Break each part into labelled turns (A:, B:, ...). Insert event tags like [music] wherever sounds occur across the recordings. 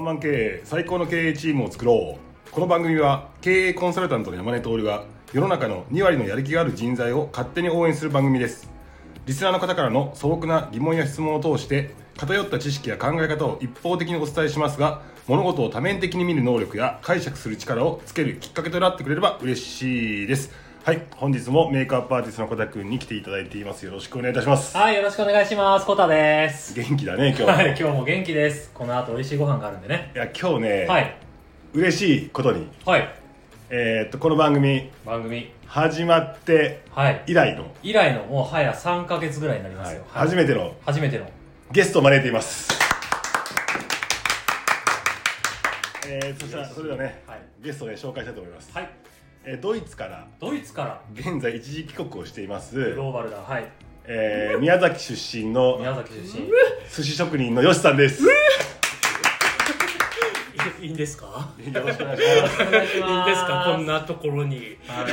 A: マン経営最高の経営チームを作ろうこの番組は経営コンサルタントの山根徹が世の中の2割のやる気がある人材を勝手に応援する番組ですリスナーの方からの素朴な疑問や質問を通して偏った知識や考え方を一方的にお伝えしますが物事を多面的に見る能力や解釈する力をつけるきっかけとなってくれれば嬉しいですはい本日もメイクアップアーティストの小田君に来ていただいていますよろしくお願いいたします
B: はい、よろしくお願いします。コタです。
A: 元気だね今日は、
B: はい、
A: い
B: 今日も元気です。この後美味しいご飯があるんでね。
A: や今日ね、
B: はい。
A: 嬉しいことに、
B: はい。
A: えーっとこの番組
B: 番組。
A: 始まって
B: はい。
A: 以来の、
B: 以来のもう早3ヶ月ぐらいになりますよ。
A: 初めての
B: 初めての。
A: ゲストを招いています、えー、そしたらそれではね、
B: はい
A: ゲストを、ね、紹介したいと思います、
B: はい。
A: えードイツから
B: ドイツから
A: 現在一時帰国をしていま
B: グ
A: す、
B: ローバルだ。はい。
A: えー宮崎出身の
B: 宮崎出身。
A: 寿司職人のよしさんですよ
C: い [laughs] いいんですか
A: ろしくお願いします
B: お願い
C: い
B: し
C: い
B: ます。
C: んですかこん。なところに
B: は。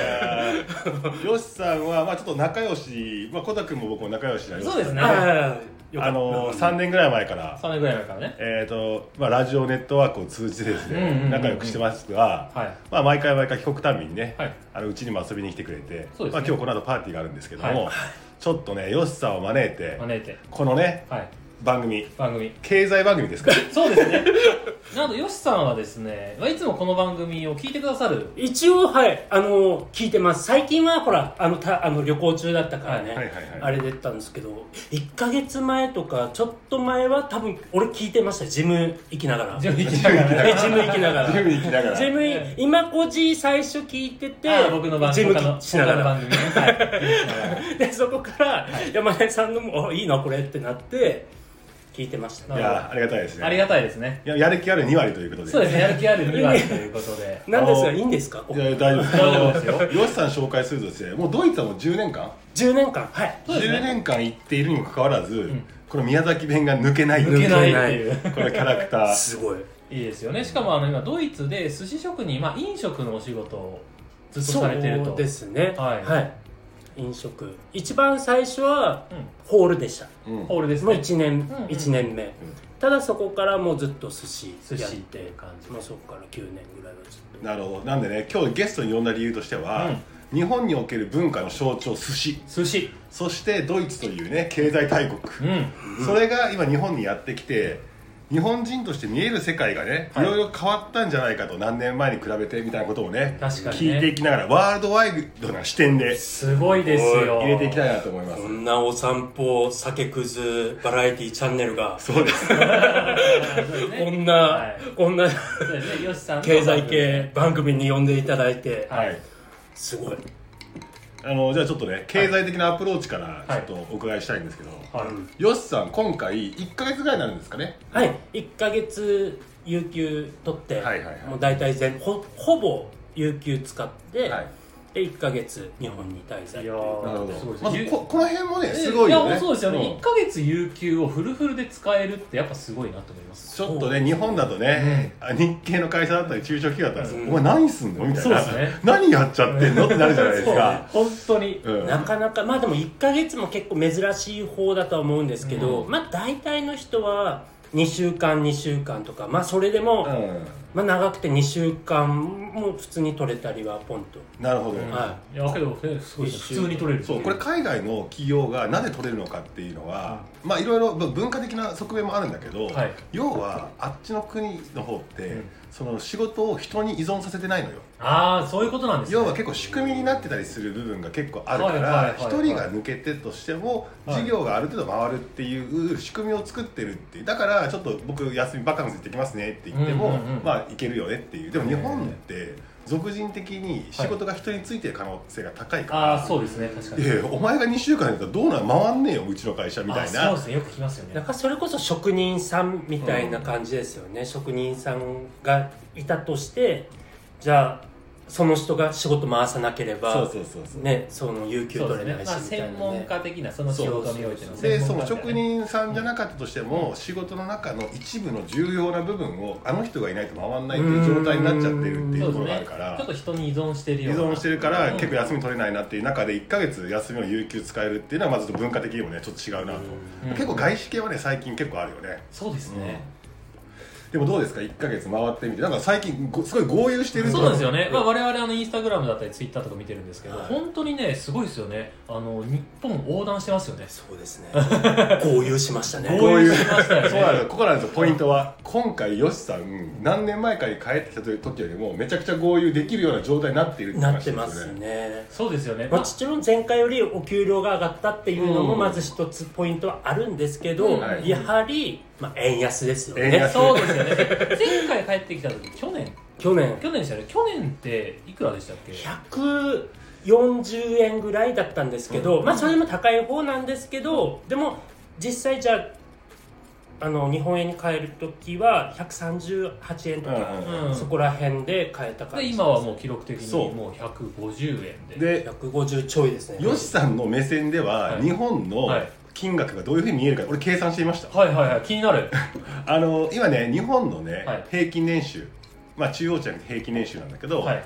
A: よしさんは、まあ、ちょっと仲良し、まあ、コタ君も僕も仲良しにないりま
B: そ
A: す
B: うですね。
C: はいよかった
A: あのー、3年ぐらい前から
B: 3年ぐらい前からね。
A: えーとまあ、ラジオネットワークを通じてですね、
B: うんうんうんうん
A: 仲良くしてますが、
B: はい
A: まあ、毎回毎回帰国たびにね、
B: はい
A: あのうちにも遊びに来てくれて、
B: そうですね
A: まあ、今日この後パーティーがあるんですけども、
B: は
A: ちょっとねよしさんを招いて
B: 招いて。
A: このね
B: はい。
A: 番組
B: 番組。
A: 経済番組ですから
B: そうです
C: [laughs]
B: ね。なんと、ヨシさんはですね、まあいつもこの番組を聞いてくださ
C: [laughs]
B: る。
C: 一応はいあの聞いてます最近はほらあのたあの旅行中だったからね、
A: はいはいはいはい
C: あれ出てたんですけど1か月前とかちょっと前は多分俺聞いてましたジム行きながら
B: ジム行きながら
A: [laughs]
B: ね
C: えジム行きながら
A: ジムに行きながら
C: ジムい
B: え
C: 今こじ最初聞いてて
B: あ僕の番
C: ジ
B: 組。
C: ム
B: 他の
C: しな
B: 他
C: が
B: の
C: ら
B: 番組ね。はい。
C: でそこから山根さんのも「あいいなこれ」ってなって聞いてました
A: いやありがたい [laughs] ですね
B: ありがたいですね。
A: いややる気ある2割ということで
B: そうですね、やる気ある2割ということ
C: [laughs]
B: で。
C: なんです
A: あ
C: が
A: の
C: いいんですかこ
A: い
C: こ
A: や大丈
B: [laughs]
A: 夫です
B: 大丈夫ですよ
A: あのよしさん紹介するとですねもうドイツはもう10年間
C: 10年間はい
B: そうですね
A: 10年間行っているにもかかわらず、
B: ん
A: この宮崎弁が抜けない
B: [laughs] 抜けないいっていう。
A: このキャラクター
C: すごい
B: いいですよね。しかもあの今、ドイツで寿司職人、まあ飲食のお仕事をずっとされてる
C: そ
B: と。
C: うですね
B: はい
C: 飲食一番最初は
B: うん。
C: ホールでした
A: うん
B: ホールです
C: もう
B: ね。
C: 1年、
B: んうん
C: 一年目、ただそこからもうずっと寿司
B: 寿
C: やっ
B: 司ってい
C: て
B: う感じ
C: もうそこから9年ぐらいはずっと
A: なるほどなんでね今日ゲストに呼んだ理由としては、日本における文化の象徴寿司
B: 寿司。
A: そしてドイツというね経済大国、
B: うん。
A: それが今日本にやってきて日本人として見える世界がね、
B: はい
A: い、ろいろ変わったんじゃないかと何年前に比べてみたいなことをね
B: 確かにね
A: 聞いていきながらワールドワイドな視点です
B: ごいですよ。
A: 入れていきたいなと思います
C: こんなお散歩酒くずバラエティチャンネルが
A: そうです
B: そうです
C: こ
B: ね。
C: んな、
B: はい
C: こんな
B: そうですね、ヨシさんの
C: [laughs] 経済系番組に呼んでいただいて、
B: はい
A: はい
C: すごい
A: あのじゃあちょっとね経済的なアプローチから
B: はい
A: ちょっとお伺いしたいんですけど、
B: はい。
A: よしさん今回1か月ぐらいになるんですかね
C: はい、1か月有給取って、
A: はいはいはい
C: もう大体全ほほぼ有給使って、
A: はい
C: で1か月日本に滞在
B: いや
C: と
B: ー
A: なるほど
B: すごいです
A: まずここの辺もね
B: え
A: すごいよね
B: いや、そうですよね。
A: ん
B: 1ヶ月有給をフルフルで使えるってやっぱすごいなと思います。
A: ちょっとね日本だとね、あ日系の会社だったり中小企業だったら、
C: うん
A: お前何すんのみたいな、
B: そうですね
A: 何やっちゃってんのってなるじゃないですか。
B: [laughs] そう本当に。
A: うん
C: なかなかまあでも1か月も結構珍しい方だとは思うんですけど、
B: う
C: まあ大体の人は2週間2週間とかまあそれでも、
A: う
C: まあ、長くて2週間も普通に取れたりはポンと
A: ん、なるほど、
C: はい
B: やけどえすごいです普通に取れる
A: そうこれ海外の企業がなぜ取れるのかっていうのは、まあいろいろまあ文化的な側面もあるんだけど、
B: はい
A: 要はあっちの国の方って、
B: ん
A: その仕事を人に依存させてないのよ
B: ああそういうことなんですね
A: 要は結構仕組みになってたりする部分が結構あるか
B: はいはい
A: ら
B: はい
A: 一
B: はい
A: 人が抜けてとしても
B: はい
A: 事業がある程度回るっていう仕組みを作ってるっていうだからちょっと僕休みバカンス行ってきますねって言って
B: うん
A: も
B: うんうん
A: まあ行けるよねっていうでも日本って俗人的に仕事が人についてる可能性が高いか
B: ああ
A: ら
B: そうですね確か
A: い
B: に
A: やいやお前が2週間やったらどうなん回んねえようちの会社みたい
B: あ
A: な
B: そうですねよく聞きますよね
C: なんかそれこそ職人さんみたいな感じですよね、職人さんがいたとしてじゃあその人が仕事回さなければ
A: そうそうそうそう
C: ね、その有給
B: そうで
C: 取
B: す
C: れ
B: ね
C: ないし
B: まあ、
C: みたいな、
B: 専
C: ね
B: 門家的なその仕事においての
A: でその
B: 専門家みたいな
A: 職人さんじゃなかったとしても仕事の中の一部の重要な部分をあの人がいないと回らないっていう状態になっちゃってるっていう
B: そ
A: とこ
B: うです
A: ろがある
B: ね
A: か
B: ちょ
A: ら
B: っと人に依存してる
A: 依
B: ような
A: 存してるから結構
B: や
A: 休み取れないなっていう中で1か月休みを有給使えるっていうのはまず文化的にもねちょっと違うなと
B: うん
A: 結構外資系はね最近結構あるよね
B: そうですね、
A: でもどうですか1か月回ってみてなんか最近ごすごい豪遊してる
B: そうなんですよね、まあ、我々あのインスタグラムだったりツイッターとか見てるんですけど、
C: はい
B: 本当にねすごいですよねあの日本横断してますよね
C: そうですね合流しましたね
B: 合
A: こう
B: 流
A: いう
B: しましたよね
A: そうなんですよここなんですよポイントは今回よしさん何年前かに帰ってきた時よりもめちゃくちゃ豪遊できるような状態になっている
C: なってます
A: ね
C: ね
B: そうですよね、
C: ま
B: ま
C: あ、
B: あ
C: ちろん前回よりお給料が上がったっていうのも
A: うん
C: まず一つポイントはあるんですけ
B: う
C: ど、
B: ん
A: はい
C: やはり、まあ、円安ですよ
A: 円
C: ね
A: 安
B: そうですよね [laughs] 前回帰ってきた時去年
C: 去年
B: 去年でしたよね去年っていくらでしたっけ
C: 140円ぐらいだったんですけど、
B: うん
C: まあそれも高い方なんですけどでも実際じゃああの日本円に変える時は138円とか、
A: うん
B: うん
C: そこら辺で変えた感じ
B: で
C: です
B: 今はもう記録的
A: そ
B: に
A: う
B: もう150円で
A: で
C: 150ちょいですね
A: よしさんの目線では
B: はい
A: 日本の
B: はい
A: 金額がどういうふうに見えるか俺計算してみました
B: はいはいはい気になる
A: あの今ね日本のね、
B: はい
A: 平均年収まあ中央値じゃなくて平均年収なんだけど、
B: はい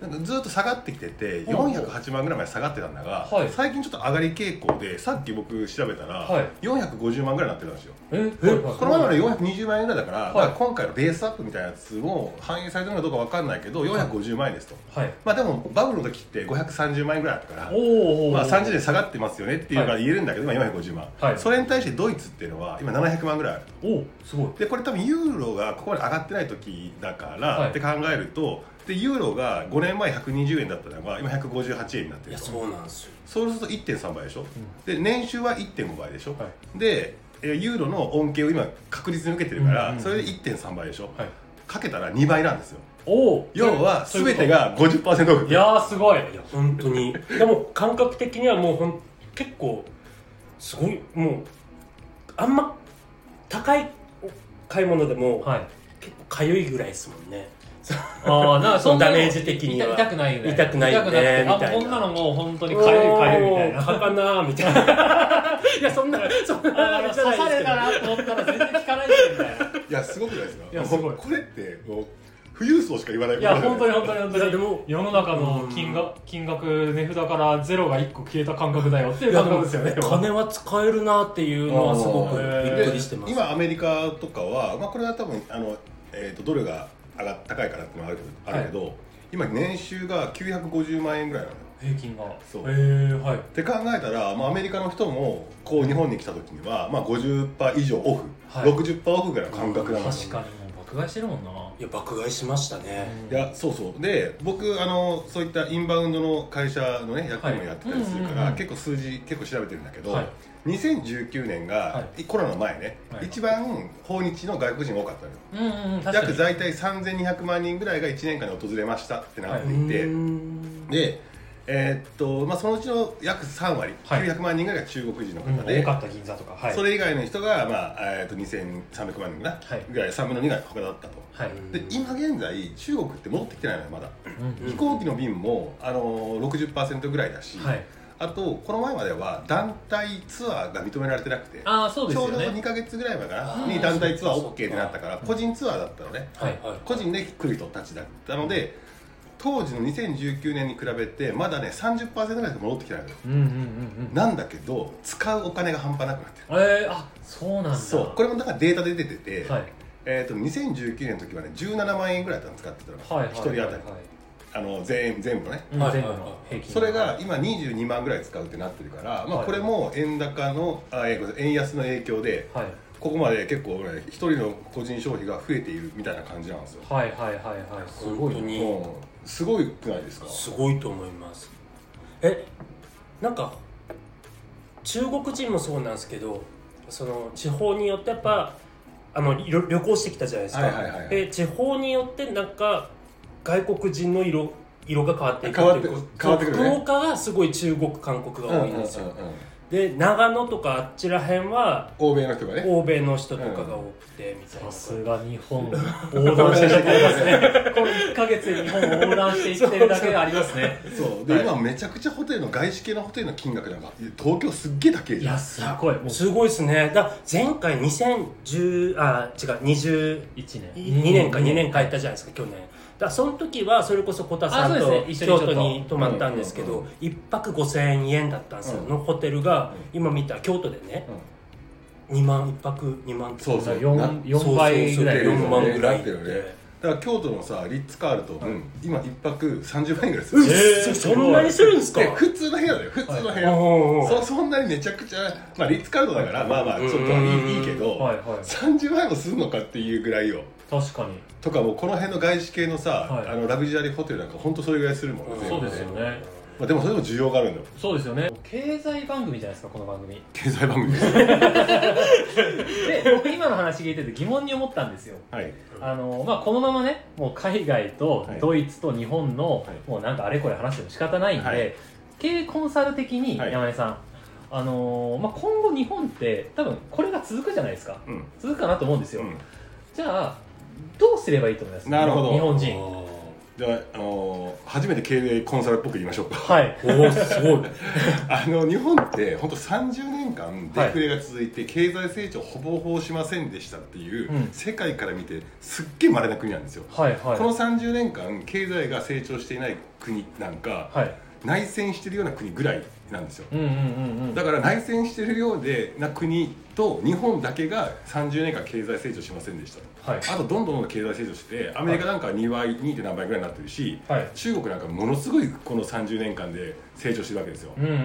A: なんかずっと下がってきてて
B: ほうほう
A: 408万ぐらいまで下がってたんだが、
B: はい
A: 最近ちょっと上がり傾向でさっき僕調べたら、
B: はい
A: 450万ぐらいになってたんですよ
B: ええ
A: この前まで420万円ぐらいだから、
B: い
A: まあ今回のベースアップみたいなやつも反映されてるのかどうかわかんないけど450万円ですと、
B: はい
A: まあでもバブルの時って530万円ぐらいだったから
B: おーおー
A: まあ、30年下がってますよねっていうのが言えるんだけど、今450万、
B: はい
A: それに対してドイツっていうのは今700万ぐらいある
B: おーすごい
A: でこれ多分ユーロがここまで上がってない時だから、
B: はい
A: って考えるとでユーロが5年前120円だったのが今158円になってる
C: いや
A: と
C: そうなんですよ
A: そうすると1.3倍でしょ、で年収は1.5倍でしょ、
B: は
A: でえユーロの恩恵を今確実に受けてるから、
B: うんうんうん
A: それで1.3倍でしょ、
B: はい
A: かけたら2倍なんですよ
B: おお
A: 要は全てが50%オフ
B: いやーすごい
C: いや本当にでも感覚的にはもうほん結構すごいもうあんま高い買い物でも
B: はい
C: 結構かゆいぐらいですもんね
B: ああ、なん
C: [laughs]
B: かそんなの
C: ダメージ的には
B: 痛痛くないよね。
C: 痛くない
B: 痛
C: よね
B: くなく
C: み
B: て
C: た
B: あ、
C: いな
B: こんなのもう本当にかゆいかゆいみたい
C: おー
B: な。
C: 蚊かなみたいな [laughs] いやそんなそんなあ
B: あ
C: れ
B: の
C: じゃ
B: 刺
C: な
B: さ
C: いで
B: れ
C: すけ
B: たなと思ったら全然効かないしみたい
A: いやすごくないですか
B: いやすごい
A: これってもう富裕層しか言わない
B: な。い
A: ことだ
B: や、
A: よね
B: 本当に本当に本当
C: い
B: に。
C: やでも
B: 世の中の金額、金額、値札からゼロが1個消えた感覚だよっていう感覚ですよね。
C: ど金は使えるなっていうのはすご
A: あ
C: く
B: ー
C: びっくりしてます
A: 今アメリカとかは、まあ、これは多分あの、えー、とドルが上が高いからっていうのはあるけど,、
B: はい
A: あるけど今年収が950万円ぐらいなのよ
B: 平均が。
A: そう
B: へー、はい。
A: って考えたら、まあ、アメリカの人もこう日本に来た時には、まあ、50%以上オフ、
B: はい
A: 60%オフぐらいの感覚なのよ
B: 確かにもう爆買いしてるもんな。
C: いや爆買いしましたね、
A: いやそうそうで僕あのそういったインバウンドの会社のね役員もやってたりするから、
B: はいうんうんうん
A: 結構数字結構調べてるんだけど、
B: はい
A: 2019年が、
B: はい
A: コロナの前ね、
B: はい
A: 一番訪日の外国人が多かったのよ
B: うんうんうん、確か
A: 約
B: に。
A: 大体3200万人ぐらいが1年間に訪れましたってなっていて、
C: うーん
A: で、えーっとまあ、そのうちの約3割、
B: はい
A: 900万人ぐらいが中国人の
B: うん
A: 方で、
B: 多かった銀座とか。はい。
A: それ以外の人が、まあえーっと2300万人かな、
B: はい
A: ぐらい3分の2が他だったと。
B: はい。
A: で今現在中国って戻ってきてないのよまだ、
B: うん
A: 飛行機の便も、あのー、60%ぐらいだし、
B: はい。
A: あとこの前までは団体ツアーが認められてなくて
B: ああ、そうで
A: ち
B: す
A: ょ
B: よ
A: うど2
B: ね。
A: か月ぐらい前か
C: あ
A: な
C: ー
A: に団体ツア
C: そ
A: ー
C: っか
A: OK ってなったから個人ツアーだったのね
C: はいはい
A: 個人で来る人たちだったので当時の2019年に比べてまだね30%ぐらいしか戻ってきてないのよ
B: うんうんうんうん。
A: なんだけど使うお金が半端なくなってる
B: えー、あ、そうなんだ。
A: そうこれもだからデータで出てて、
B: はい。
A: えー、と2019年の時はね17万円ぐらいだったの使ってたのが、
B: はいはいはいはい、
A: 1人当たりあの全全部ね
B: うん
C: はい
B: 全部の平均
A: それが今22万ぐらい使うってなってるから、まあ、
B: はい
A: これも円高のあえーごめんなさい円安の影響で
B: はい
A: ここまで結構ね一人の個人消費が増えているみたいな感じなんですよ、
B: はいはいはいはいすごい
C: 本当
B: ね
C: に
A: うん、すごいくないですか
C: すごいと思いますえなんか中国人もそうなんですけどその地方によってやっぱあの旅旅行してきたじゃないですか、
A: はいはいはいはい
C: で地方によってなんか外国人の色色が変わっていく
A: 変わって
C: いうか
A: 変わってくるね
C: そう福岡がすごい中国韓国
A: うんう
C: が
A: ん
C: 多
A: う
C: い
A: ん
C: ん
A: うん
C: ですよ、で長野とかあっちらへんは
A: 欧米の人がね
C: 欧米の人とかが多くてみたい
B: さ
C: な、
B: すが日本を横断してきてますねこの1か月で日本を横断していってるだけありますね
A: そうで、
B: はい
A: 今めちゃくちゃホテルの外資系のホテルの金額なんか東京すっげえ高い
B: い
A: じゃ
B: や
A: ん
B: すごいもう
C: すごいですねだ前回2010あ違う20
B: 1年
C: 2年か2年帰ったじゃないですか去年だからその時はそれこそ小田さ
B: あそ
C: ん
B: う
C: と
B: ですね一緒
C: 京
B: に
C: 都に泊まったんですけ
A: うんうん
C: ど
A: うん
C: 1泊5000円だったんですよ
A: うん
C: のホテルが
A: うん
C: 今見た京都でね2万1泊2万とか
A: そうそう
B: 4、4倍ぐらい
A: そうそう
C: 4万ぐらい
A: なってるよねだから京都のさリッツ・カールトン、今一泊30万円ぐらいす
C: う
A: る
C: っそそんなにするんですか
A: で普通の部屋だよ普通の部屋、
C: おー
A: そそんなにめちゃくちゃ、まあ、リッツ・カールトンだから、まあまあちょっとい
C: うん
A: いいいけど、
B: はいはい
A: 30万円もするのかっていうぐらいよ
B: 確かに
A: とかもうこの辺の外資系のさ、
B: はい
A: あのラグジュアリーホテルなんか本当それぐらいするもんね、
B: そうですよね
A: まあ、でもそれでも需要があるんだよ
B: そうですよね経済番組じゃないですかこの番組
A: 経済番組です
B: で僕今の話聞いてて疑問に思ったんですよ
A: はい
B: あのまあ、このままねもう海外と
A: はい
B: ドイツと日本の、
A: い
B: もうなんかあれこれ話しても仕方ないんで、
A: はい
B: 経営コンサル的に
A: はい
B: 山根さん、あのーまあ、今後日本って多分これが続くじゃないですか
A: うん、
B: 続くかなと思うんですよ、
A: うん
B: じゃあどうすればいいと思います
A: なるほど
B: 日本
C: あー
B: 人
A: じゃあ、あのー初めて経営コンサルっぽく言いましょうか
B: はい
C: おーすごい
A: あの日本って本当30年間デフレが続いて、経済成長ほぼほぼしませんでしたっていう、
B: うん
A: 世界から見てすっげえ稀な国なんですよ、
B: [laughs] はいはい
A: この30年間経済が成長していない国なんか、
B: はい
A: 内戦してるような国ぐらいなんですよ
B: うんうんうんうん
A: だから内戦してるようでな国と日本だけが30年間経済成長しませんでした
B: はい
A: あとどんどんどんどん経済成長しててアメリカなんかは2倍 2. 点何倍ぐらいになってるし
B: はい
A: 中国なんかものすごいこの30年間で成長してるわけですよ
B: うんうん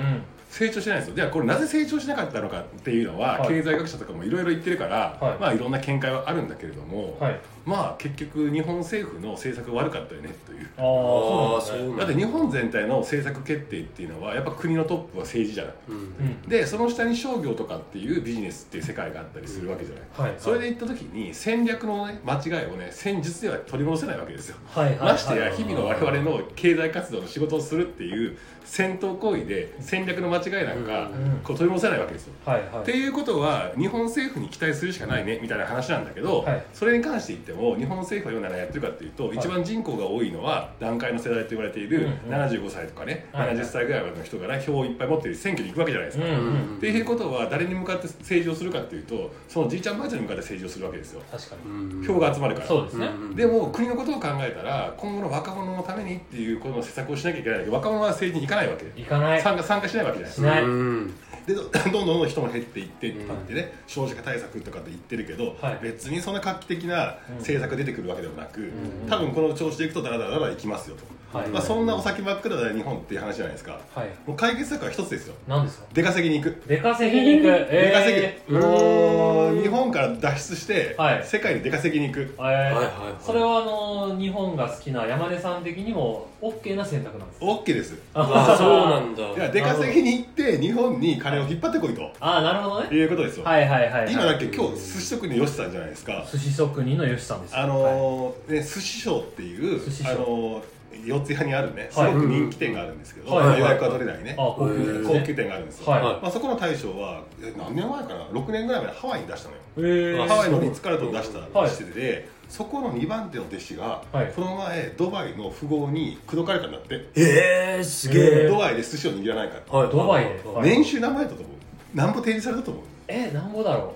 A: 成長してないんですよではこれなぜ成長しなかったのかっていうのは、
B: はい
A: 経済学者とかもいろいろ言ってるから、
B: はい
A: い、まあいろんな見解はあるんだけれども、
B: はい
A: まあ結局日本政府の政策が悪かったよねという
B: ああそ
C: あ
B: うなんです
C: あそう
B: ね
C: なん
A: だって日本全体の政策決定っていうのはやっぱ国のトップは政治じゃない
C: うん
B: うん
A: でその下に商業とかっていうビジネスっていう世界があったりするわけじゃない、
B: はい
A: それで行った時に戦略の、ね、間違いをね戦術では取り戻せないわけですよ
B: はいはいはい
A: ましてや日々の我々の経済活動の仕事をするっていう戦闘行為で戦略の間違いなんか
B: うん
A: こう取り戻せないわけですよ。
B: はいはい
A: っていうことは日本政府に期待するしかないねみたいな話なんだけど、
B: はい
A: それに関して言っても日本政府は今何やってるかっていうと、
B: い
A: 一番人口が多いのは団塊の世代と言われてい
B: うん
A: る
B: うん
A: 75歳とかね、
B: はいはい
A: 70歳ぐらいまでの人が、ね、票をいっぱい持ってる選挙に行くわけじゃないです
B: うん
A: か。
B: う
C: うんん
A: っていうことは誰に向かって政治をするかっていうとそのじいちゃんばあちゃんに向かって政治をするわけですよ
B: 確かに
C: うん
A: 票が集まるから、
B: そうですね、
C: うん
A: でも国のことを考えたら今後の若者のためにっていうこの施策をしなきゃいけないんだけど若者は政治に行かないわけ、
B: 行かない
A: 参加参加しないわけじゃない
B: しない
C: うん
A: でどどんどんどんどん人も減っていってって言ってね、少子化対策とかって言ってるけど、
B: はい
A: 別にそんな画期的な政策出てくるわけでもなく、
B: ん
A: 多分この調子でいくとダラダラダラいきますよと、
B: はい
A: まあ、そんなお先真っ暗だよ日本っていう話じゃないですか
B: はい
A: もう解決策は一つですよ
B: 何ですか
A: 出稼ぎに行く
B: 出稼ぎに行く、
A: 出
B: え
A: 稼ぎ、
B: ー
A: もう日本から脱出して、
B: はい
A: 世界に出稼ぎに行く
B: えー
C: はいはい
B: それはあのー日本が好きな山根さん的にも OK な選択なんです
A: OK です
C: あーそうなんだ
A: いや出稼ぎに行って日本に金を引っ張ってこいと
B: ああなるほどね
A: いうことですよ、
B: はいはいはい、はい、
A: 今だって今日寿司職人吉さんじゃないですか
B: 寿司職人の吉さんです
A: あ
B: はい
A: のーね、寿司商っていう
B: 寿司商
A: あのー四谷にあるねす
B: はい
A: ごく人気店があるんですけど、
B: はいはい
A: 予約が取れないね、
B: あ高級ですね
A: 高級店があるんですよ、
B: はい
A: まあ、そこの大将はえ何年前かな6年ぐらい前にハワイに出したのよ
B: えー、
A: ハワイのリッツ・カルトンを出し
B: は
A: た
B: い
A: してで、そこの2番手の弟子が、
B: はい
A: この前ドバイの富豪に口説かれたんだって、
C: ええすげ
B: え
C: え
A: ドバイで寿司を握らないから、
C: はい
B: ドバイではい
A: 年収何倍だったと思う何ぼ提示されたと思う
B: えー、なんぼだろ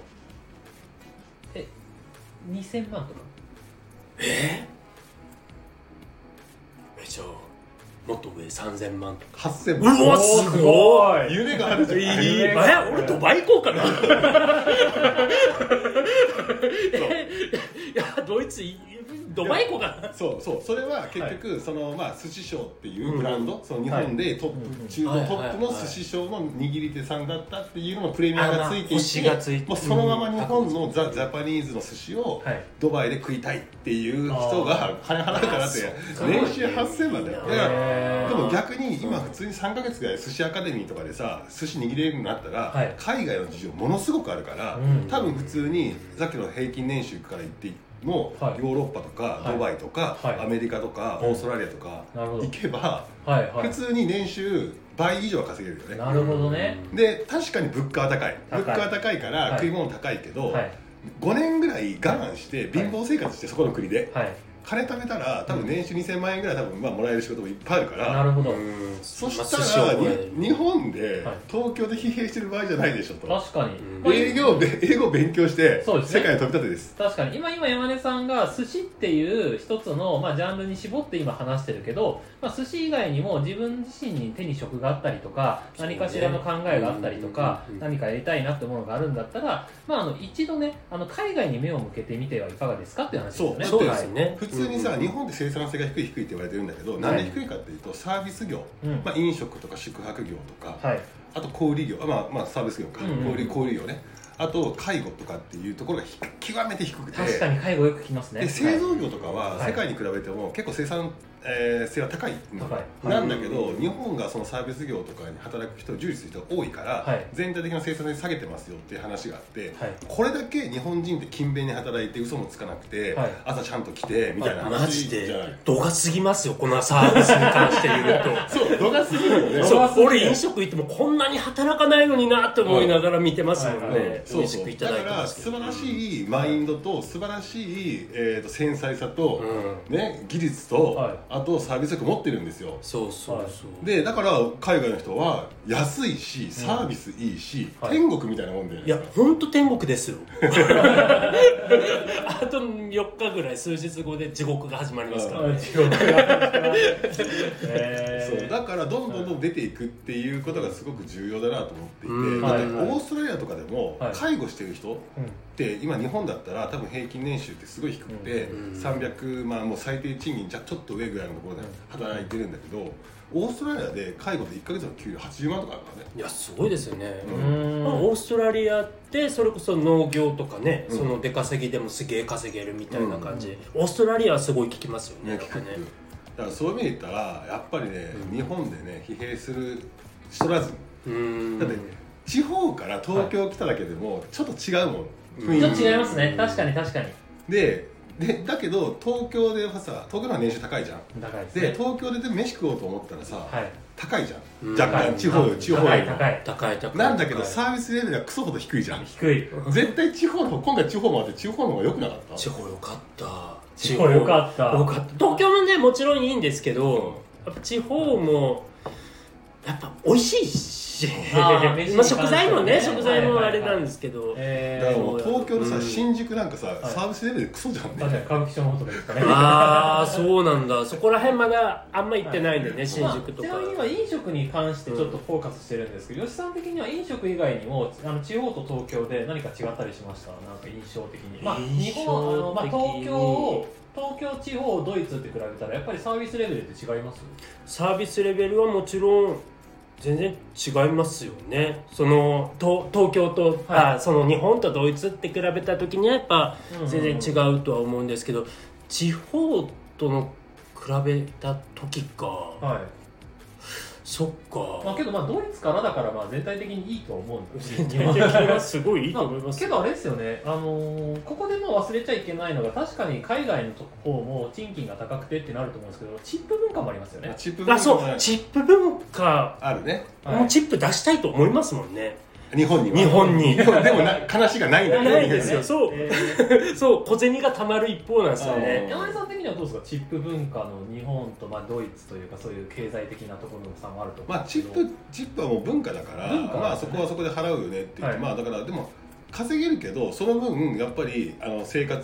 B: うえ2000万とか
C: えじゃあもっと上3000万とか
A: 8000
C: うわすごい
A: 夢があるじゃん
B: いい
C: え俺ドバイ行こう
A: [laughs]
C: かないやドイツいドバイ行こうかな
A: そうそうそれは結局、そのまあ寿司商っていうブランド、その日本でトップ、
B: うんうん
A: 中
C: はい
A: の
C: はい
A: トップの寿司商の握り手さんだったっていうののプレミアがついて
C: あまあ
A: い
C: 星
A: て
C: がついて
A: もうそのまま日本のザ・ジャパニーズの寿司を
B: はい
A: ドバイで食いたいっていう人が金払うからって
C: そう
A: 年収8000万だよだから
B: え
A: でも逆に今普通に3か月ぐらい寿司アカデミーとかでさ寿司握れるようになったら、
B: はい
A: 海外の事情ものすごくあるから、
B: うん
A: 多分普通にさっきの平均年収から言っても、
B: はい
A: ヨーロッパとか、
B: はい
A: ドバイとか、
B: はい
A: アメリカとか、オーストラリアとか
B: なるほど
A: 行けば、
B: はいは
A: 普通に年収倍以上は稼げるよ
B: い
A: ね
B: なるほどね
A: で確かに物価は高い
B: 高い
A: 物価は高いから、
B: はい
A: 食い物高いけど、
B: はい
A: 5年ぐらい我慢して貧乏生活して、そこの国で
B: はい
A: 金貯めたら多分年収2000万円ぐらい多分まあもらえる仕事もいっぱいあるから
B: なるほど、
C: うん
A: そし
C: まあ寿司を
A: たら
C: こうやる
A: に日本で
B: はい
A: 東京で疲弊してる場合じゃないでしょと
B: 確かに、
C: うん
B: まあ
A: 営業べ英語を勉強して
B: そうですね
A: 世界を飛び立てです
B: 確かに今今山根さんが寿司っていう一つの、まあ、ジャンルに絞って今話してるけど、まあ、寿司以外にも自分自身に手に職があったりとか
C: そうね
B: 何かしらの考えがあったりとか、
C: うんうんうん
B: 何かやりたいなってものがあるんだったら、まあ、あの一度ねあの海外に目を向けてみてはいかがですかっていう話ですよね。
C: そうですよね
A: 普通にさ
C: うん
A: 日本で生産性が低い低いって言われてるんだけどなんで低いかっていうとサービス業
B: うん
A: まあ飲食とか宿泊業とか
B: はい、
A: あと小売業あまあまあサービス業か
B: うんうん
A: 小売小売業ねあと介護とかっていうところがひ極めて低くて
B: 確かに介護よく聞きますね。
A: で製造業とかは
B: はい
A: 世界に比べても結構生産、えー性は高いの
B: 高い
A: なんだけど、
C: はい
A: 日本がそのサービス業とかに働く人を重視する人が多いから、
B: はい
A: 全体的な生産性下げてますよっていう話があって、
B: はい
A: これだけ日本人って勤勉に働いて嘘もつかなくて、
B: はい
A: 朝ちゃんと来てみたいな
C: マ
A: 話
C: ジ
A: じゃな
C: で
A: い
C: 度が過ぎますよこのサービスに関して言うと
A: そう度が過ぎるよね
B: 度
C: そ
B: が過ぎ
C: う
B: る
C: 俺飲食行ってもこんなに働かないのになって思いながら見てますもん
B: はいはいは
C: ね
A: そう
C: 美味
A: そ
C: し
A: う
C: くいた
A: だ
C: だ
A: か
C: いてま
A: ら
C: す
A: 素
C: けど
A: 晴らしいマインドと素晴らしい、えー、と繊細さと、
C: う
A: ね、技術と、
B: はい
A: あとサービス力持ってるんですよ
C: そうそうそう
A: でだから海外の人は安いしサービスいいし、
B: はい
A: 天国みたいなもんじゃない
C: い
A: で
C: や
A: すか
C: 本当天国ですよ [laughs] あと4日ぐらい数日後で地獄が始まりますから、
B: はい地獄が [laughs] え
A: そう
B: ー
A: だからどんどんどん出ていくっていうことがすごく重要だなと思っていて、
C: うん
A: だってオ
B: はいはい
A: ーストラリアとかでも
B: はい
A: 介護してる人って今日本だったら多分平均年収ってすごい低くて、
C: うん
A: 300まあもう最低賃金じゃちょっと上ぐらいのところで働いてるんだけどオーストラリアで介護で1か月の給料80万とかあるからね
C: いやすごいですよね、
A: う
B: うんん
C: まあ、オーストラリアってそれこそ農業とかね、
A: うん
C: その出稼ぎでもすげえ稼げるみたいな感じ、オーストラリアはすごい聞きますよね
A: ね
C: なん
A: 聞
C: か
A: く
C: ね
A: だからそういう意味で言ったらやっぱりね、日本でね疲弊するしとらず
C: うーん
A: だって地方から東京来ただけでもちょっと違うもん、
B: ちょ
A: 雰囲
B: っと
A: 気
B: 違いますね確かに確かに
A: ででだけど東京ではさ東京の方が年収高いじゃん
B: 高いですね
A: で東京でで飯食おうと思ったらさ、
B: はい
A: 高いじゃ
C: うん
A: ん若
B: 高
A: 干
B: い
A: 地方よ
C: うん
A: 地方
B: 高
A: よ
B: い
A: りも
B: 高い
C: 高い高い
A: なんだけど
C: 高い
A: サービスレベルがクソほど低いじゃん
B: 低い
A: 絶対地方の方今回地方もあって地方の方が良くなかった
C: 地方よかった
B: 地方良かった
C: 良かった東京もねもちろんいいんですけど、やっぱ地方もやっぱ美味しいし
B: あ
C: [laughs]
B: ー
C: まあ食材もね
B: 飯に関してはね
C: 食材もあれなんですけど、
A: だから
B: え
A: もう東京のさ、
C: うん
A: 新宿なんかさ、サービスレベルクソじゃん
B: ー、確かに
A: ね
B: 歌舞伎町の方とかですかね
C: ああそうなんだそこら辺まだあんま行ってないんでね新宿とか、
B: まあちなみには飲食に関してちょっとフォーカスしてるんですけど、吉さん的には飲食以外にもあの地方と東京で何か違ったりしましたなんか印象的にまあ日
C: 印象的に
B: 本あの、まあ、東京を東京地方ドイツって比べたらやっぱりサービスレベルって違います
C: サービスレベルはもちろん全然違いますよねそのと東京と、
B: はい
C: あその日本とドイツって比べた時にはやっぱ
B: うんうん
C: 全然違うとは思うんですけど、地方との比べた時か、
B: はい
C: そっ
B: まあ、
C: か
B: けどまあドイツからだからまあ全体的にいいとは思うんですけ
C: すごいいいと思います
B: けどあれですよね、あのーここでまあ忘れちゃいけないのが確かに海外の方も賃金が高くてってなると思うんですけどチップ文化もありますよね
A: チップ文
C: あ
A: 化も
C: そうチップ文化
A: あるね
C: もうチップ出したいと思いますもんね
A: 日本には
C: 日本に
A: でもでもな話がないんだよね
C: ないですよそう
B: え
C: そう小銭がたまる一方なんですよ
B: ー
C: ね
B: 山根さん的にはどうですかチップ文化の日本とまあドイツというかそういう経済的なところの差もあると思うん
A: まあ、
B: で
A: チ
B: すけ
A: ッ
B: ど
A: プチップはもう文化だから、
B: 文化
A: まあ、そこはそこで払うよねって言って、
B: はい
A: まあだからでも稼げるけどその分やっぱりあの生活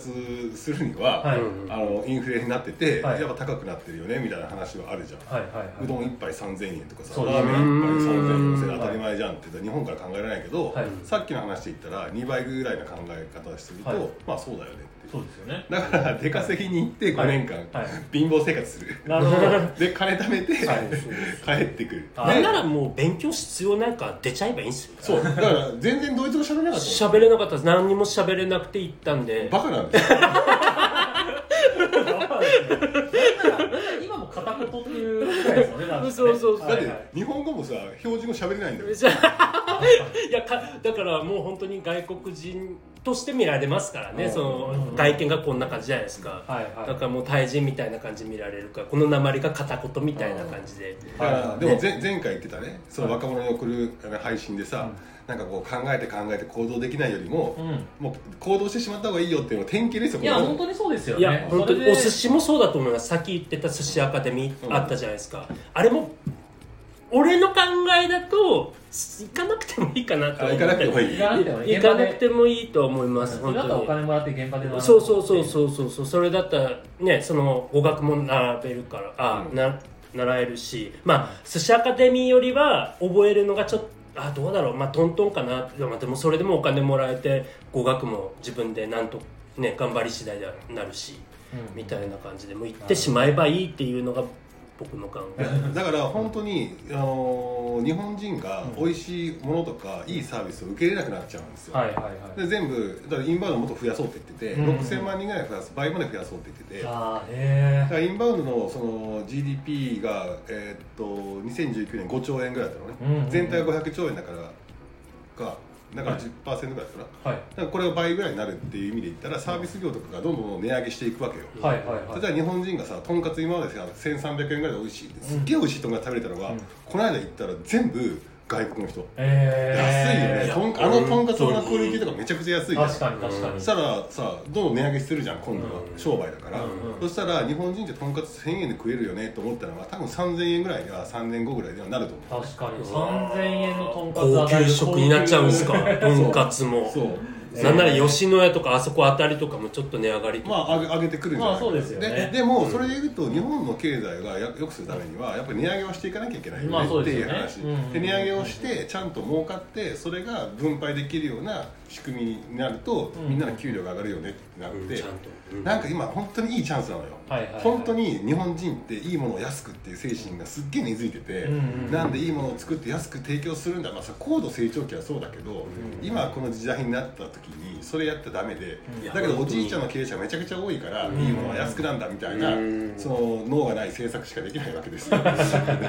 A: するには、
B: はい
C: うん
A: あのインフレになってて、
B: はい
A: やっぱ高くなってるよねみたいな話はあるじゃん、
B: はいはいはいう
A: どん1杯3000円とかさ
B: そうです
A: ラーメン1杯3000円とか
C: うん
A: さ当たり前じゃんって言ったら日本から考えられないけど、
B: はい
A: さっきの話で言ったら2倍ぐらいの考え方をしてると、
B: はい
A: まあそうだよねって
B: そ
A: いう
B: うですよね
A: だから出稼ぎに行って5年間、
B: はい
A: 貧乏生活する
B: なるほど
A: で金貯めて、
B: はい
A: [laughs] 帰ってくる
B: あ
C: な
B: ね
C: んならもう勉強必要なんか出ちゃえばいいんですよ
A: そうだから全然ドイツ語喋れなかった
C: 喋れなかったです何にも喋れなくて行ったんで
A: バカなんですよ
B: やばいですねなんなら今も片言っていうぐらいですよねなんかね
C: そうそうそう
A: だっ
B: はいはい
A: て日本語もさ標準語喋れないんだよ
C: [laughs] いやかだからもう本当に外国人として見られますからね
A: うん
C: その外見がこんな感じじゃないですか、
B: はいはい
C: だからもうタイ人みたいな感じ見られるからこの鉛が片言みたいな感じで、
A: だから
B: はい
A: でも前前回言ってたねその若者に送るあの配信でさ、なんかこう考えて考えて行動できないよりも、
B: うん
A: もう行動してしまった方がいいよっていうのは典型ですよ
B: いや
A: これ
B: 本当にそうですよ
C: い
B: ね
C: や本当
B: そ
C: に
B: れで
C: お寿司もそうだと思いますさっき言ってた寿司アカデミ
A: うん
C: ーあったじゃないですか、あれも俺の考えだと行かなくてもいいかなと
A: あ
C: 思っ
A: 行かなくてもいい
B: 行かなくてもいい
C: 行かなくてもいいと思います
B: そ
C: 本
B: れだったらお
C: 当
B: 金もらって現場で
C: にそうそう
B: 学ん
C: そ
B: で
C: うそうそうそうそれだったらねその語学も並べるからあ、
A: うん
C: な習えるしまあ寿司アカデミーよりは覚えるのがちょっとあどうだろうまあトントンかなでもでもそれでもお金もらえて語学も自分でなんとね頑張り次第ではなるし
B: うん
C: みたいな感じでもう行ってしまえばいいっていうのが僕の考え
A: だから本当に、あのー日本人が美味しいものとか、いいサービスを受け入れなくなっちゃうんですよ、
B: はいはいはい
A: で全部だからインバウンドもっと増やそうって言ってて、
B: うん
A: 6000万人ぐらい増やす倍まで増やそうって言っててだ
B: ああへ
A: からインバウンドのその GDP が、えーっと2019年5兆円ぐらいだったのね、
B: え、うんうん
A: 全体が500兆円だからかだから10%ぐらいかな、
B: はい
A: だからこれが倍ぐらいになるっていう意味で言ったらサービス業とかがどんどん値上げしていくわけよ、
B: はいはいはい
A: 例えば日本人がさとんかつ今までさ1300円ぐらいで美味しいってすっげえ美味しいとんかつ食べれたのが、
B: うん
A: この間行ったら全部外国の人、
B: え
A: 安い
B: え
A: よね
B: ー、
A: とん
C: や
A: あのとんかつのクオリティとかめちゃくちゃ安いじゃん
B: 確かに確かに
A: そしたらさどんどん値上げするじゃん今度は
C: うん
A: 商売だから、
C: うん
B: うん
A: そしたら日本人ってとんかつ1000円で食えるよねと思ったのは多分3000円ぐらいが3年後ぐらいではなると思う
B: 確かに
C: うわ
B: 3000円のとんかつ
C: 高
B: あたり
C: 級食になっちゃうんですかとんかつも
A: そう
B: そう
C: なんなら吉野家とかあそこあたりとかもちょっと値上がりとか、
A: まあ上げ上げてくるんじゃない
B: まあそうですよね
A: ででもそれで言うと日本の経済がや良くするためにはやっぱり値上げをしていかなきゃいけないよ
B: まあ
A: ね
B: そ
A: っ
B: う
A: て
B: です
A: い
B: よ
A: う
B: ね
A: 話
B: うんうんうん
A: で値上げをしてちゃんと儲かってそれが分配できるような仕組みになると
B: うん
A: みんなの給料が上がるよねってなっ
C: うん
A: て
C: ちゃんと、う
A: なんか今本当にいいチャンスなのよ
B: はいはいはい
A: 本当に日本人っていいものを安くっていう精神がすっげえ根付いてて
B: うんうん
A: なんでいいものを作って安く提供するんだまあさ高度成長期はそうだけど
B: うん
A: 今この時代になった時にそれやったらダメで
B: うん
C: いや
A: だけどおじいちゃんの経営者めちゃくちゃ多いから、
B: うん
A: いいものは安くなんだみたいな、
C: うん
A: その脳がない政策しかできないわけ
B: [laughs]
A: ですよ [laughs]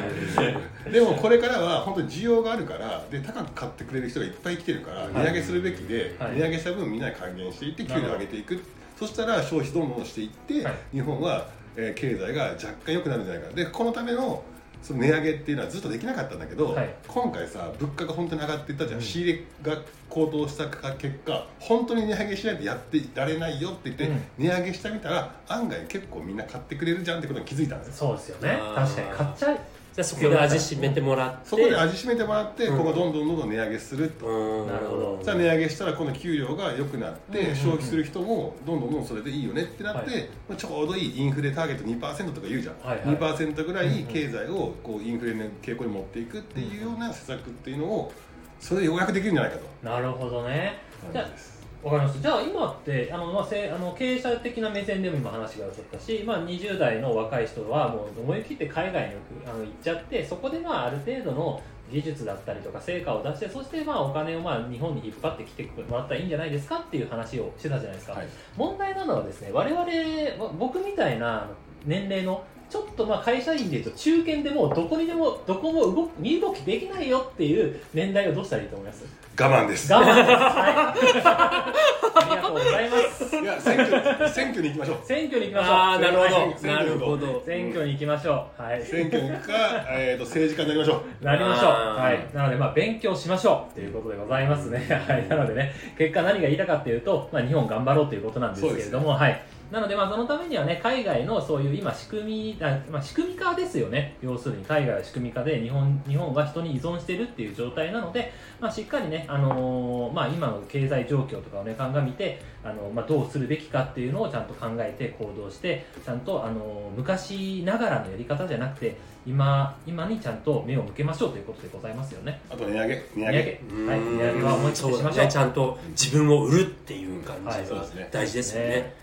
A: でもこれからは本当に需要があるからで高く買ってくれる人がいっぱい来てるから
B: い
A: 値上げするべきで、
B: はい
A: 値上げした分みんなに還元していって給料上げていくそしたら消費どんどんしていって、
B: はい
A: 日本は、えー経済が若干良くなるんじゃないかでこのためのその値上げっていうのはずっとできなかったんだけど、
B: はい
A: 今回さ物価が本当に上がっていったじゃん、
B: うん
A: 仕入れが高騰した結果本当に値上げしないとやってられないよって言って、
B: うん
A: 値上げしてみたら案外結構みんな買ってくれるじゃんってことに気づいたんですよ
B: そうですよね
C: あー
B: 確かに買っちゃい
C: じゃあそこで味しめてもらって
A: そこで味しめてもらって、
C: うん
A: ここどんどんどんどん値上げすると、
C: うん
B: なるほど
A: さあ値上げしたらこの給料が良くなって、
B: うんうんうん
A: 消費する人もどんどんどんそれでいいよねってなって、
B: はい
A: まあちょうどいいインフレターゲット2%とか言うじゃん、
B: はいはい
A: 2%ぐら
B: うんう
A: い
B: ん
A: 経済をこうインフレの傾向に持っていくっていうような施策っていうのをそれでようやくできるんじゃないかと
B: なるほどねじゃあ
A: す
B: わかりましたじゃあ今ってあの、まあ、せあの経営者的な目線でも今話が移ったし、まあ、20代の若い人はもう思い切って海外にあの行っちゃってそこでまあある程度の技術だったりとか成果を出してそしてまあお金をまあ日本に引っ張ってきてもらったらいいんじゃないですかっていう話をしてたじゃないですか、
A: はい
B: 問題なのはですね我々わ僕みたいな年齢のちょっとまあ会社員でいうと中堅でもうどこにでもどこも動く身動きできないよっていう年代をどうしたらいいと思います
A: 我慢です
B: 我慢です、はい、ありがとうございます
A: いや選挙 [laughs] 選挙に行きましょう
B: 選挙に行きましょう
C: ああなる
B: は
C: ほ
B: い
C: どなるほど
B: 選挙に行きましょうはい
A: 選挙に行くか、えー、と政治家になりましょう
B: なりましょう
C: あー
B: はいなのでまあ勉強しましょうということでございますねはいなのでね結果何が言いたかっていうと、まあ、日本頑張ろうということなんですけれども、はいなのでまあそのためにはね海外のそういう今仕組みあ、まあ、仕組み化ですよね要するに海外は仕組み化で日本日本は人に依存してるっていう状態なので、まあ、しっかりね、あのーまあ、今の経済状況とかをね鑑みてあの、まあ、どうするべきかっていうのをちゃんと考えて行動してちゃんと、あのー昔ながらのやり方じゃなくて今今にちゃんと目を向けましょうということでございますよね。
A: あと値上げ値上
B: 値
A: げ
B: 上げ
C: うん
B: はい、値上げは思い切ってしまし
C: そう
B: ょ
C: だ
B: う
C: ねちゃんと自分を売るっていう感
B: はい
C: じ
A: そうで
C: が
A: すね
C: 大事ですよね,、
B: ね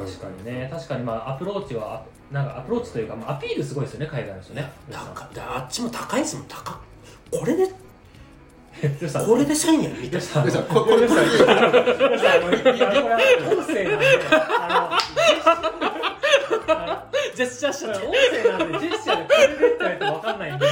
B: 確かにね確かにまあアプローチはなんかアプローチというか、まあ、アピールすごいですよね海外の人ね
C: 高だあっちも高いですもん高っこれで
B: 吉さん
C: これで1000円
B: [laughs]
C: みた
B: 吉
C: い
B: さん
A: でさここれこれ
B: いやこれこれは音声なんであの
C: なジェスチャーし
B: これ音声なんでジェスチャーでこれでって言われても分かんないんで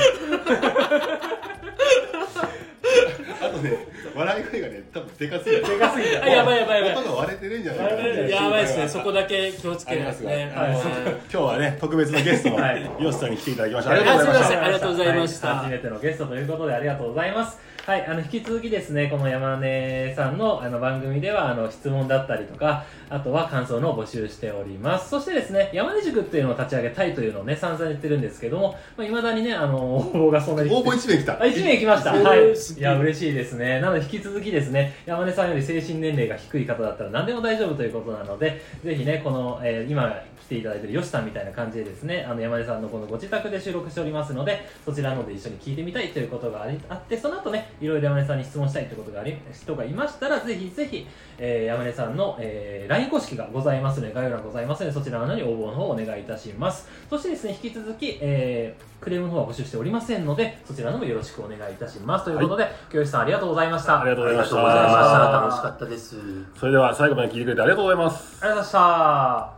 A: あと分ね笑い声がね多分でかすぎる
B: でかすぎた。
C: あやばいやばいやば
A: 音
C: い
A: が割れてるんじゃないかな
B: 割れてる
C: やばいですねそこだけ気をつけないとね
A: あ
B: りますが
C: はい
A: 今日はね特別なゲストの
B: はい
A: よしさんに来ていただきましたありがとうございまし
C: ありがとうございました
B: はい初めてのゲストということでありがとうございます。はい、あの引き続きですね、この山根さんのあの番組ではあの質問だったりとか、あとは感想のを募集しております。そしてですね、山根塾っていうのを立ち上げたいというのをね、散々言ってるんですけども、まあ、未だにね、あの応募がそんな
A: た
B: に
A: 応募1名来た
B: あ1名来ました、
C: えー
B: はい、
C: す
B: い
C: げえ
B: や嬉しいですねなので引き続きですね山根さんより精神年齢が低い方だったら何でも大丈夫ということなのでぜひねこの、えー今来ていただいてるよしさんみたいな感じでですねあの山根さんのこのご自宅で収録しておりますのでそちらの方で一緒に聞いてみたいということがありあってその後ねいろいろ山根さんに質問したいということがあり人がいましたらぜひぜひ、えー山根さんの、えー LINE 公式がございますので概要欄ございますのでそちらの方に応募の方をお願いいたしますそしてですね引き続き、えークレームの方は募集しておりませんのでそちらの方もよろしくお願いいたしますということで、教師さんありがとうございました
A: ありがとうございました
C: ありがとうございました楽しかったです
A: それでは最後まで聞いてくれてありがとうございます
B: ありがとうございました